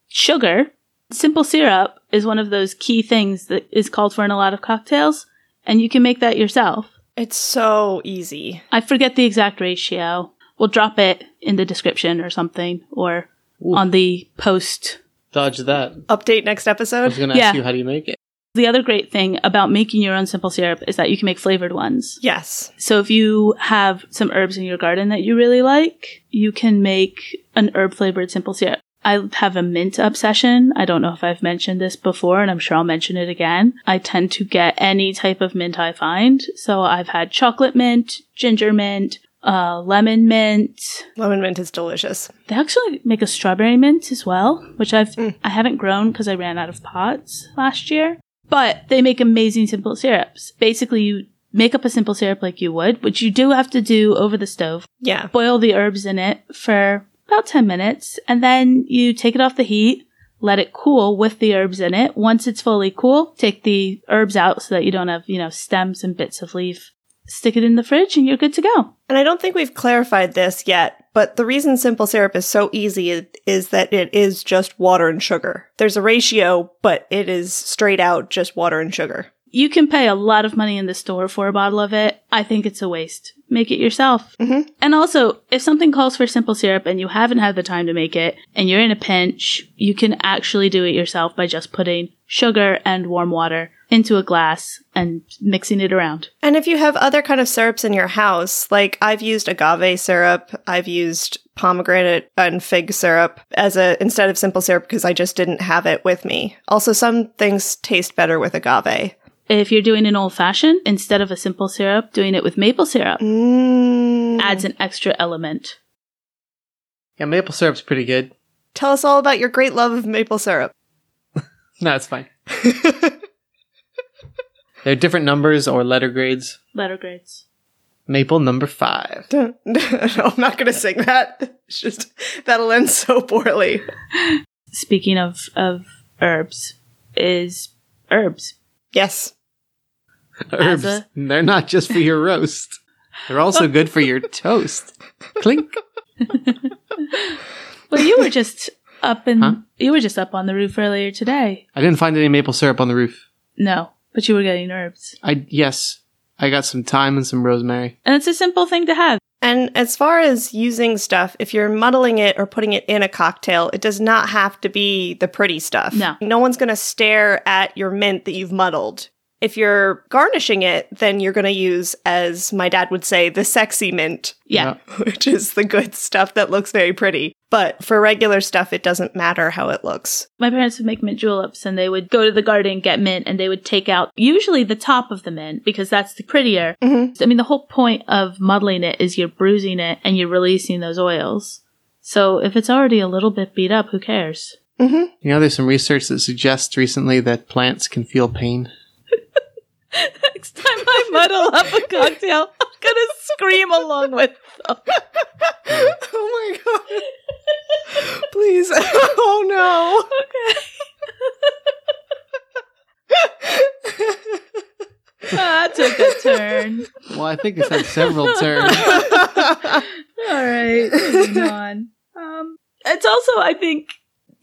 [SPEAKER 2] sugar. Simple syrup is one of those key things that is called for in a lot of cocktails, and you can make that yourself.
[SPEAKER 3] It's so easy.
[SPEAKER 2] I forget the exact ratio. We'll drop it in the description or something, or
[SPEAKER 1] Ooh.
[SPEAKER 2] on the post.
[SPEAKER 1] Dodge that.
[SPEAKER 3] Update next
[SPEAKER 1] I was
[SPEAKER 3] episode.
[SPEAKER 1] going to
[SPEAKER 2] Yeah.
[SPEAKER 1] ask you how do you make it?
[SPEAKER 2] The other great thing about making your own simple syrup is that you can make flavored ones.
[SPEAKER 3] Yes.
[SPEAKER 2] So if you have some herbs in your garden that you really like, you can make an herb flavored simple syrup. I have a mint obsession. I don't know if I've mentioned this before, and I'm sure I'll mention it again. I tend to get any type of mint I find. So I've had chocolate mint, ginger mint, uh, lemon mint,
[SPEAKER 3] Lemon mint is delicious.
[SPEAKER 2] They actually make a strawberry mint as well, which I've
[SPEAKER 3] Mm.
[SPEAKER 2] I haven't grown because I ran out of pots last year. But they make amazing simple syrups. Basically, you make up a simple syrup like you would, which you do have to do over the stove.
[SPEAKER 3] Yeah.
[SPEAKER 2] Boil the herbs in it for about 10 minutes, and then you take it off the heat, let it cool with the herbs in it. Once it's fully cool, take the herbs out so that you don't have, you know, stems and bits of leaf. Stick it in the fridge and you're good to go.
[SPEAKER 3] And I don't think we've clarified this yet, but the reason simple syrup is so easy i- is that it is just water and sugar. There's a ratio, but it is straight out just water and sugar.
[SPEAKER 2] You can pay a lot of money in the store for a bottle of it. I think it's a waste. Make it yourself.
[SPEAKER 3] Mhm.
[SPEAKER 2] And also, if something calls for simple syrup and you haven't had the time to make it and you're in a pinch, you can actually do it yourself by just putting sugar and warm water into a glass and mixing it around.
[SPEAKER 3] And if you have other kind of syrups in your house, like I've used agave syrup, I've used pomegranate and fig syrup as a instead of simple syrup because I just didn't have it with me. Also some things taste better with agave.
[SPEAKER 2] If you're doing an old fashioned instead of a simple syrup, doing it with maple syrup
[SPEAKER 3] Mm.
[SPEAKER 2] adds an extra element.
[SPEAKER 1] Yeah, maple syrup's pretty good.
[SPEAKER 3] Tell us all about your great love of maple syrup.
[SPEAKER 1] No, it's fine. They're different numbers or letter grades.
[SPEAKER 2] Letter grades.
[SPEAKER 1] Maple number five.
[SPEAKER 3] Dun- no, I'm not going to sing that. It's just that'll end so poorly.
[SPEAKER 2] speaking of, of herbs, is herbs.
[SPEAKER 3] Yes.
[SPEAKER 1] Herbs.
[SPEAKER 2] a-
[SPEAKER 1] They're not just for your roast. They're also good for your toast. Clink.
[SPEAKER 2] Well, you were just up in
[SPEAKER 1] Huh?
[SPEAKER 2] you were just up on the roof earlier today.
[SPEAKER 1] I didn't find any maple syrup on the roof.
[SPEAKER 2] No, but you were getting herbs,
[SPEAKER 1] I yes, I got some thyme and some rosemary.
[SPEAKER 2] and it's a simple thing to have.
[SPEAKER 3] And as far as using stuff, if you're muddling it or putting it in a cocktail, it does not have to be the pretty stuff.
[SPEAKER 2] No.
[SPEAKER 3] No one's going to stare at your mint that you've muddled. If you're garnishing it, then you're going to use, as my dad would say, the sexy mint,
[SPEAKER 2] Yeah,
[SPEAKER 3] which is the good stuff that looks very pretty. But for regular stuff, it doesn't matter how it looks.
[SPEAKER 2] my parents would make mint juleps, and they would go to the garden and get mint, and they would take out usually the top of the mint because that's the prettier.
[SPEAKER 3] Mhm.
[SPEAKER 2] I mean, the whole point of muddling it is you're bruising it and you're releasing those oils. So if it's already a little bit beat up, who cares?
[SPEAKER 3] Mm-hmm.
[SPEAKER 1] You know, there's some research that suggests recently that plants can feel pain.
[SPEAKER 2] (laughs) Next time I muddle up a cocktail, I'm gonna scream along with them.
[SPEAKER 3] oh my God. Please. (laughs) oh no.
[SPEAKER 2] (laughs)
[SPEAKER 3] (laughs)
[SPEAKER 2] Okay. Ah, that took a turn.
[SPEAKER 1] Well, I think it's had (laughs) several turns.
[SPEAKER 2] All (laughs) right, moving on. Um, it's also, I think,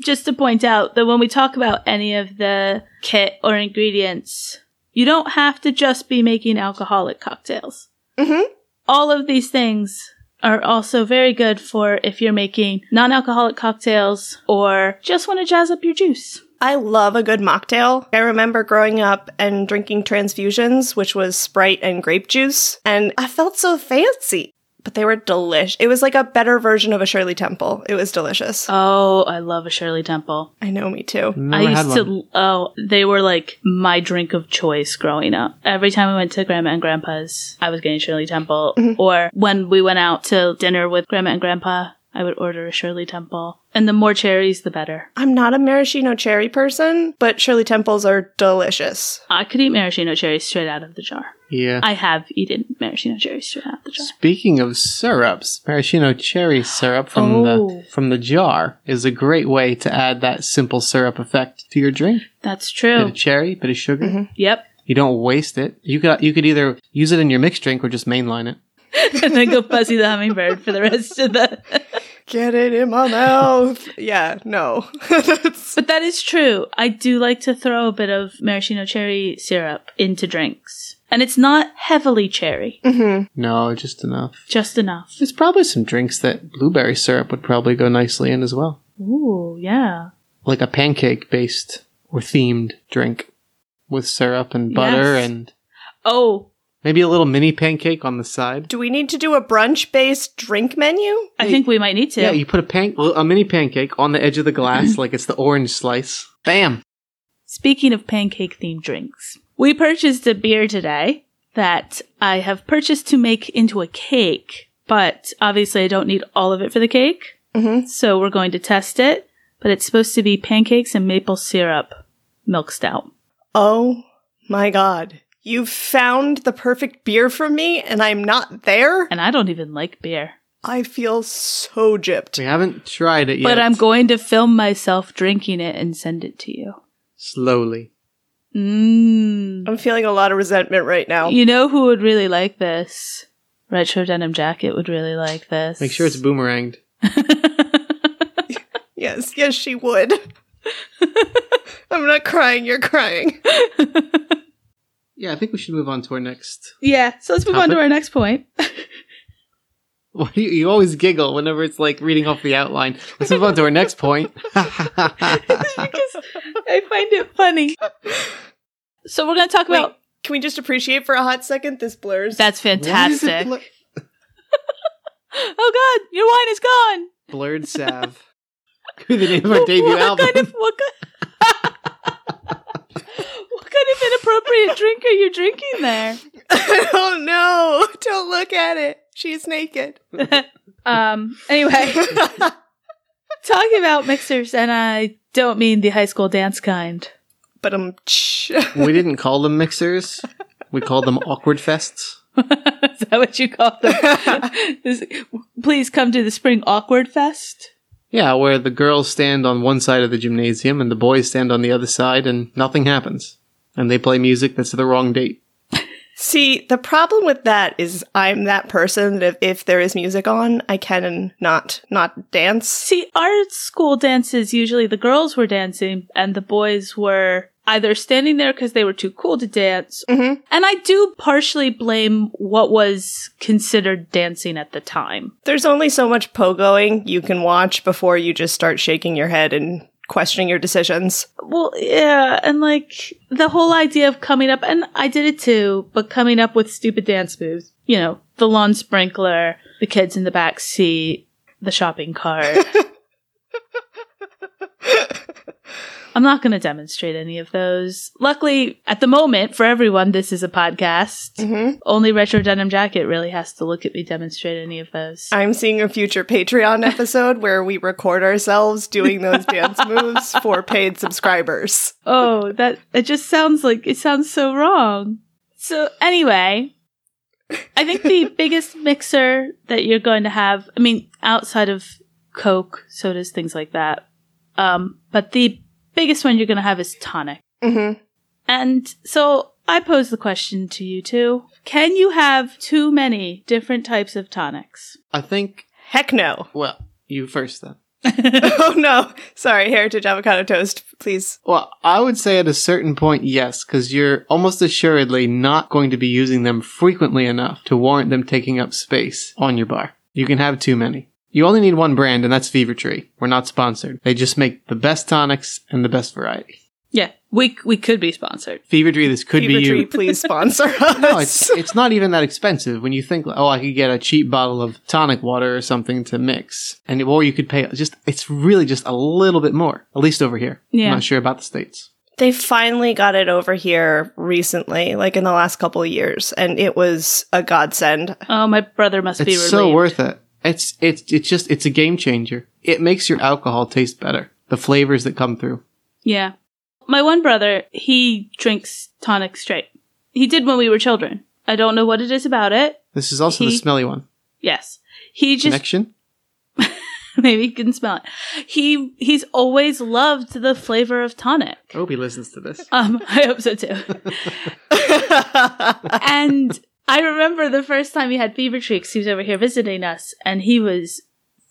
[SPEAKER 2] just to point out that when we talk about any of the kit or ingredients, you don't have to just be making alcoholic cocktails.
[SPEAKER 3] Mhm.
[SPEAKER 2] Mm-hmm. All of these things are also very good for if you're making non alcoholic cocktails or just want to jazz up your juice.
[SPEAKER 3] I love a good mocktail. I remember growing up and drinking transfusions, which was Sprite and grape juice, and I felt so fancy. But they were delish. It was like a better version of a Shirley Temple. It was delicious.
[SPEAKER 2] Oh, I love a Shirley Temple.
[SPEAKER 3] I know, me too.
[SPEAKER 1] Never
[SPEAKER 2] I
[SPEAKER 1] had
[SPEAKER 2] used
[SPEAKER 1] one.
[SPEAKER 2] to. Oh, they were like my drink of choice growing up. Every time we went to Grandma and Grandpa's, I was getting Shirley Temple. Or when we went out to dinner with Grandma and Grandpa, I would order a Shirley Temple. And the more cherries, the better.
[SPEAKER 3] I'm not a maraschino cherry person, but Shirley Temples are delicious.
[SPEAKER 2] I could eat maraschino cherries straight out of the jar.
[SPEAKER 1] Yeah.
[SPEAKER 2] I have eaten maraschino cherries straight out of the jar.
[SPEAKER 1] Speaking of syrups, maraschino cherry syrup from
[SPEAKER 2] Oh.
[SPEAKER 1] the from the jar is a great way to add that simple syrup effect to your drink.
[SPEAKER 2] That's
[SPEAKER 1] Bit
[SPEAKER 2] true.
[SPEAKER 1] of cherry, bit of sugar.
[SPEAKER 2] Yep. (laughs)
[SPEAKER 1] You don't waste it. You could you could either use it in your mixed drink or just mainline it.
[SPEAKER 2] and then go Buzzy the Hummingbird for the rest of the. (laughs)
[SPEAKER 3] Get it in my mouth. (laughs) yeah, no. That's-
[SPEAKER 2] But that is true. I do like to throw a bit of maraschino cherry syrup into drinks. And it's not heavily cherry,
[SPEAKER 1] No, just enough.
[SPEAKER 2] just enough.
[SPEAKER 1] There's probably some drinks that blueberry syrup would probably go nicely in as well.
[SPEAKER 2] Ooh, yeah.
[SPEAKER 1] Like a pancake based or themed drink with syrup and butter
[SPEAKER 2] Yes.
[SPEAKER 1] and
[SPEAKER 2] Oh,
[SPEAKER 1] maybe a little mini pancake on the side.
[SPEAKER 3] Do we need to do a brunch based drink menu?
[SPEAKER 2] I think we might need to.
[SPEAKER 1] Yeah, you put a pan- a mini pancake on the edge of the
[SPEAKER 2] Mm-hmm.
[SPEAKER 1] glass, like it's the orange slice. Bam!
[SPEAKER 2] Speaking of pancake themed drinks, we purchased a beer today that I have purchased to make into a cake, but obviously I don't need all of it for the cake.
[SPEAKER 1] Mm-hmm.
[SPEAKER 3] Mhm.
[SPEAKER 2] So we're going to test it, but it's supposed to be pancakes and maple syrup milk stout.
[SPEAKER 3] Oh my god. You found the perfect beer for me and I'm not there?
[SPEAKER 2] And I don't even like beer.
[SPEAKER 3] I feel so gypped.
[SPEAKER 1] We haven't tried it yet,
[SPEAKER 2] But I'm going to film myself drinking it and send it to you.
[SPEAKER 1] slowly.
[SPEAKER 2] Mm.
[SPEAKER 3] I'm feeling a lot of resentment right now.
[SPEAKER 2] You know who would really like this? Retro Denim Jacket would really like this.
[SPEAKER 1] Make
[SPEAKER 2] (laughs)
[SPEAKER 1] sure it's boomeranged.
[SPEAKER 3] Yes, yes, she would. (laughs) I'm not crying, you're crying.
[SPEAKER 1] Yeah, I think we should move on to our next. (laughs)
[SPEAKER 2] Yeah, so let's move on to our next point. (laughs)
[SPEAKER 1] Why do you, you always giggle whenever it's like reading off the outline? Let's move on to our next point. (laughs)
[SPEAKER 2] because I find it funny. So we're going to talk
[SPEAKER 3] Wait,
[SPEAKER 2] about.
[SPEAKER 3] can we just appreciate for a hot second this blurs?
[SPEAKER 2] That's
[SPEAKER 1] Why is it
[SPEAKER 2] fantastic.
[SPEAKER 1] bl-
[SPEAKER 2] oh, God, your wine is gone.
[SPEAKER 1] blurred salve.
[SPEAKER 2] (laughs)
[SPEAKER 1] Who the name of our debut
[SPEAKER 2] what
[SPEAKER 1] album?
[SPEAKER 2] Kind of, what, ki- (laughs) what kind of inappropriate drink are you drinking there?
[SPEAKER 3] (laughs) oh no, don't look at it. She's naked. (laughs)
[SPEAKER 2] Um. Anyway, (laughs) talking about mixers, and I don't mean the high school dance kind.
[SPEAKER 3] But I'm
[SPEAKER 1] we didn't call them mixers. We called them awkward fests.
[SPEAKER 2] (laughs) Is that what you call them? This- please come to the spring awkward fest.
[SPEAKER 1] Yeah, where the girls stand on one side of the gymnasium and the boys stand on the other side and nothing happens. And they play music that's the wrong date.
[SPEAKER 3] See, the problem with that is I'm that person that if, if there is music on, I can not not dance.
[SPEAKER 2] See, our school dances usually the girls were dancing and the boys were either standing there because they were too cool to dance.
[SPEAKER 3] Mhm.
[SPEAKER 2] And I do partially blame what was considered dancing at the time.
[SPEAKER 3] There's only so much pogoing you can watch before you just start shaking your head and questioning your decisions.
[SPEAKER 2] Well, yeah, and like the whole idea of coming up, and I did it too, but coming up with stupid dance moves. You know, the lawn sprinkler, the kids in the back seat, the shopping cart. I'm not going to demonstrate any of those. Luckily, at the moment, for everyone, this is a podcast.
[SPEAKER 3] Mhm.
[SPEAKER 2] Only Retro Denim Jacket really has to look at me demonstrate any of those.
[SPEAKER 3] I'm seeing a future Patreon episode (laughs) where we record ourselves
[SPEAKER 1] (laughs)
[SPEAKER 3] doing those dance moves for paid subscribers.
[SPEAKER 2] oh, that it just sounds like it sounds so wrong. So anyway, I think the biggest mixer that you're going to have, I mean, outside of Coke, sodas, things like that, um, but the biggest one you're going to have is tonic.
[SPEAKER 3] Mhm.
[SPEAKER 2] And so I pose the question to you two: Can you have too many different types of tonics?
[SPEAKER 1] I think,
[SPEAKER 3] Heck no. (laughs)
[SPEAKER 1] well, you first then.
[SPEAKER 3] oh no. Sorry, Heritage Avocado Toast, please.
[SPEAKER 1] Well, I would say at a certain point, yes, because you're almost assuredly not going to be using them frequently enough to warrant them taking up space on your bar. You can have too many. You only need one brand, and that's Fever Tree. We're not sponsored. They just make the best tonics and the best variety.
[SPEAKER 2] Yeah, we we could be sponsored.
[SPEAKER 1] Fever Tree, this could
[SPEAKER 3] Fever
[SPEAKER 1] be
[SPEAKER 3] Tree,
[SPEAKER 1] you. (laughs)
[SPEAKER 3] please sponsor
[SPEAKER 2] (laughs)
[SPEAKER 3] us.
[SPEAKER 1] No, it's it's not even that expensive when you think, oh, I could get a cheap bottle of tonic water or something to mix, and or you could pay just it's really just a little bit more, at least over here.
[SPEAKER 2] Yeah.
[SPEAKER 1] I'm not sure about the states.
[SPEAKER 3] They finally got it over here recently, like in the last couple of years, and it was a godsend.
[SPEAKER 2] Oh, my brother must be
[SPEAKER 1] It's
[SPEAKER 2] relieved.
[SPEAKER 1] so worth it. It's it's it's just it's a game changer. It makes your alcohol taste better. The flavors that come through.
[SPEAKER 2] Yeah. My one brother, he drinks tonic straight. He did when we were children. I don't know what it is about it.
[SPEAKER 1] This is also the
[SPEAKER 2] He-
[SPEAKER 1] smelly one.
[SPEAKER 2] Yes. He just
[SPEAKER 1] Connection.
[SPEAKER 2] (laughs) maybe you can smell it. He he's always loved the flavor of tonic.
[SPEAKER 1] I hope he listens to this.
[SPEAKER 2] Um, (laughs) I hope so too. and I remember the first time he had fever tricks, he was over here visiting us, and he was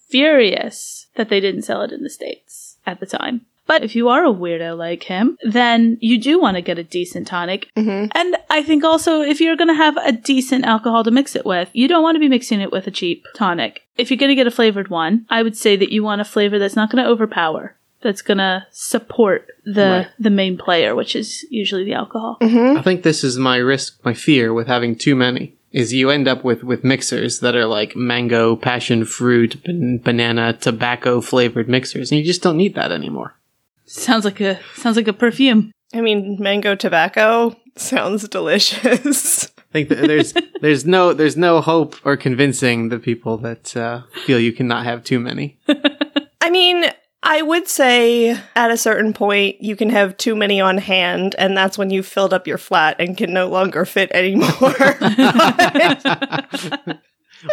[SPEAKER 2] furious that they didn't sell it in the States at the time. But if you are a weirdo like him, then you do want to get a decent tonic.
[SPEAKER 3] Mhm.
[SPEAKER 2] And I think also if you're going to have a decent alcohol to mix it with, you don't want to be mixing it with a cheap tonic. If you're going to get a flavored one, I would say that you want a flavor that's not going to overpower. That's gonna support the
[SPEAKER 1] Right.
[SPEAKER 2] the main player, which is usually the alcohol.
[SPEAKER 1] I think this is my risk, my fear with having too many. Is you end up with with mixers that are like mango, passion fruit, ban- banana, tobacco flavored mixers, and you just don't need that anymore.
[SPEAKER 2] Sounds like a sounds like a perfume.
[SPEAKER 3] I mean, mango tobacco (laughs) sounds delicious.
[SPEAKER 1] I think that there's (laughs) there's no there's no hope or convincing the people that uh, feel you cannot have too many.
[SPEAKER 3] I mean, I would say at a certain point you can have too many on hand, and that's when you've filled up your flat and can no longer fit anymore.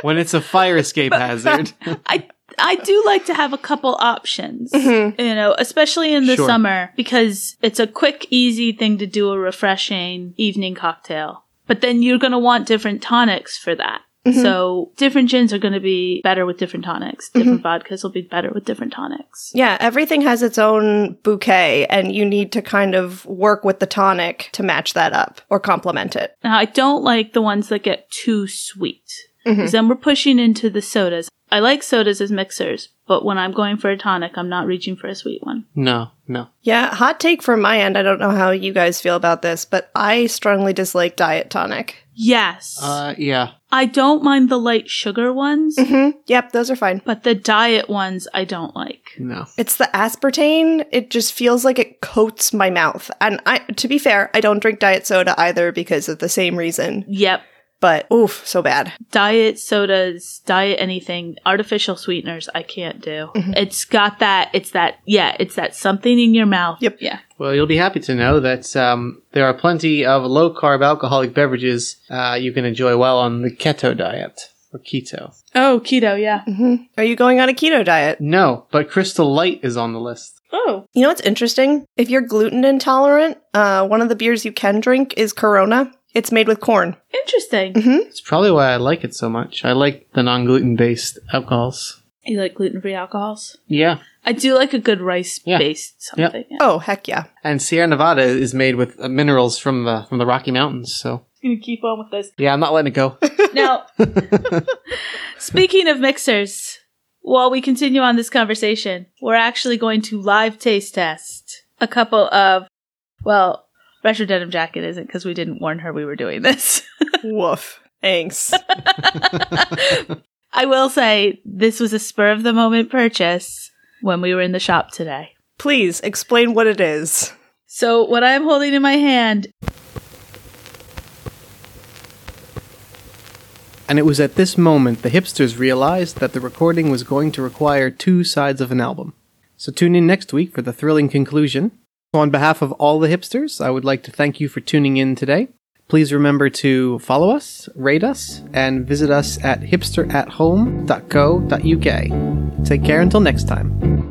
[SPEAKER 1] when it's a fire escape (laughs) hazard.
[SPEAKER 2] I I do like to have a couple options, you know, especially in the
[SPEAKER 1] Sure.
[SPEAKER 2] summer because it's a quick, easy thing to do a refreshing evening cocktail. But then you're going to want different tonics for that. So different gins are going to be better with different tonics. Different vodkas will be better with different tonics.
[SPEAKER 3] yeah, everything has its own bouquet, and you need to kind of work with the tonic to match that up or complement it.
[SPEAKER 2] Now, I don't like the ones that get too sweet. Because then we're pushing into the sodas. I like sodas as mixers, but when I'm going for a tonic, I'm not reaching for a sweet one.
[SPEAKER 1] No, no.
[SPEAKER 3] Yeah, hot take from my end. I don't know how you guys feel about this, but I strongly dislike diet tonic.
[SPEAKER 2] Yes.
[SPEAKER 1] Uh, yeah.
[SPEAKER 2] I don't mind the light sugar ones,
[SPEAKER 3] Mm-hmm. Yep, those are fine.
[SPEAKER 2] but the diet ones I don't like.
[SPEAKER 1] No.
[SPEAKER 3] It's the aspartame. It just feels like it coats my mouth. And I to be fair, I don't drink diet soda either because of the same reason.
[SPEAKER 2] Yep.
[SPEAKER 3] But oof, so bad.
[SPEAKER 2] Diet sodas, diet anything, artificial sweeteners, I can't do.
[SPEAKER 3] Mm-hmm.
[SPEAKER 2] It's got that, it's that, yeah, it's that something in your mouth.
[SPEAKER 3] Yep.
[SPEAKER 2] Yeah.
[SPEAKER 1] Well, you'll be happy to know that um, there are plenty of low carb alcoholic beverages uh, you can enjoy well on the keto diet. or keto.
[SPEAKER 2] Oh, keto, yeah.
[SPEAKER 3] hmm Are you going on a keto diet?
[SPEAKER 1] No, but Crystal Light is on the list.
[SPEAKER 2] Oh.
[SPEAKER 3] You know what's interesting? If you're gluten intolerant, uh, one of the beers you can drink is Corona. It's made with corn.
[SPEAKER 2] Interesting.
[SPEAKER 3] Mm-hmm.
[SPEAKER 1] It's probably why I like it so much. I like the non gluten based alcohols.
[SPEAKER 2] You like gluten free alcohols?
[SPEAKER 1] Yeah.
[SPEAKER 2] I do like a good rice based
[SPEAKER 1] Yeah.
[SPEAKER 2] something. Yeah.
[SPEAKER 3] Oh, heck yeah. (laughs)
[SPEAKER 1] And Sierra Nevada is made with uh, minerals from the from the Rocky Mountains, so
[SPEAKER 2] gonna keep on with this.
[SPEAKER 1] yeah, I'm not letting it go.
[SPEAKER 2] Now, speaking of mixers, while we continue on this conversation, we're actually going to live taste test a couple of, well, retro denim jacket isn't because we didn't warn her we were doing this. (laughs)
[SPEAKER 3] Woof. Thanks.
[SPEAKER 2] I will say this was a spur of the moment purchase when we were in the shop today.
[SPEAKER 3] Please explain what it is.
[SPEAKER 2] So what I'm holding in my hand,
[SPEAKER 1] And it was at this moment the hipsters realized that the recording was going to require two sides of an album. So tune in next week for the thrilling conclusion. On behalf of all the hipsters, I would like to thank you for tuning in today. Please remember to follow us, rate us, and visit us at hipsterathome.co.uk. Take care until next time.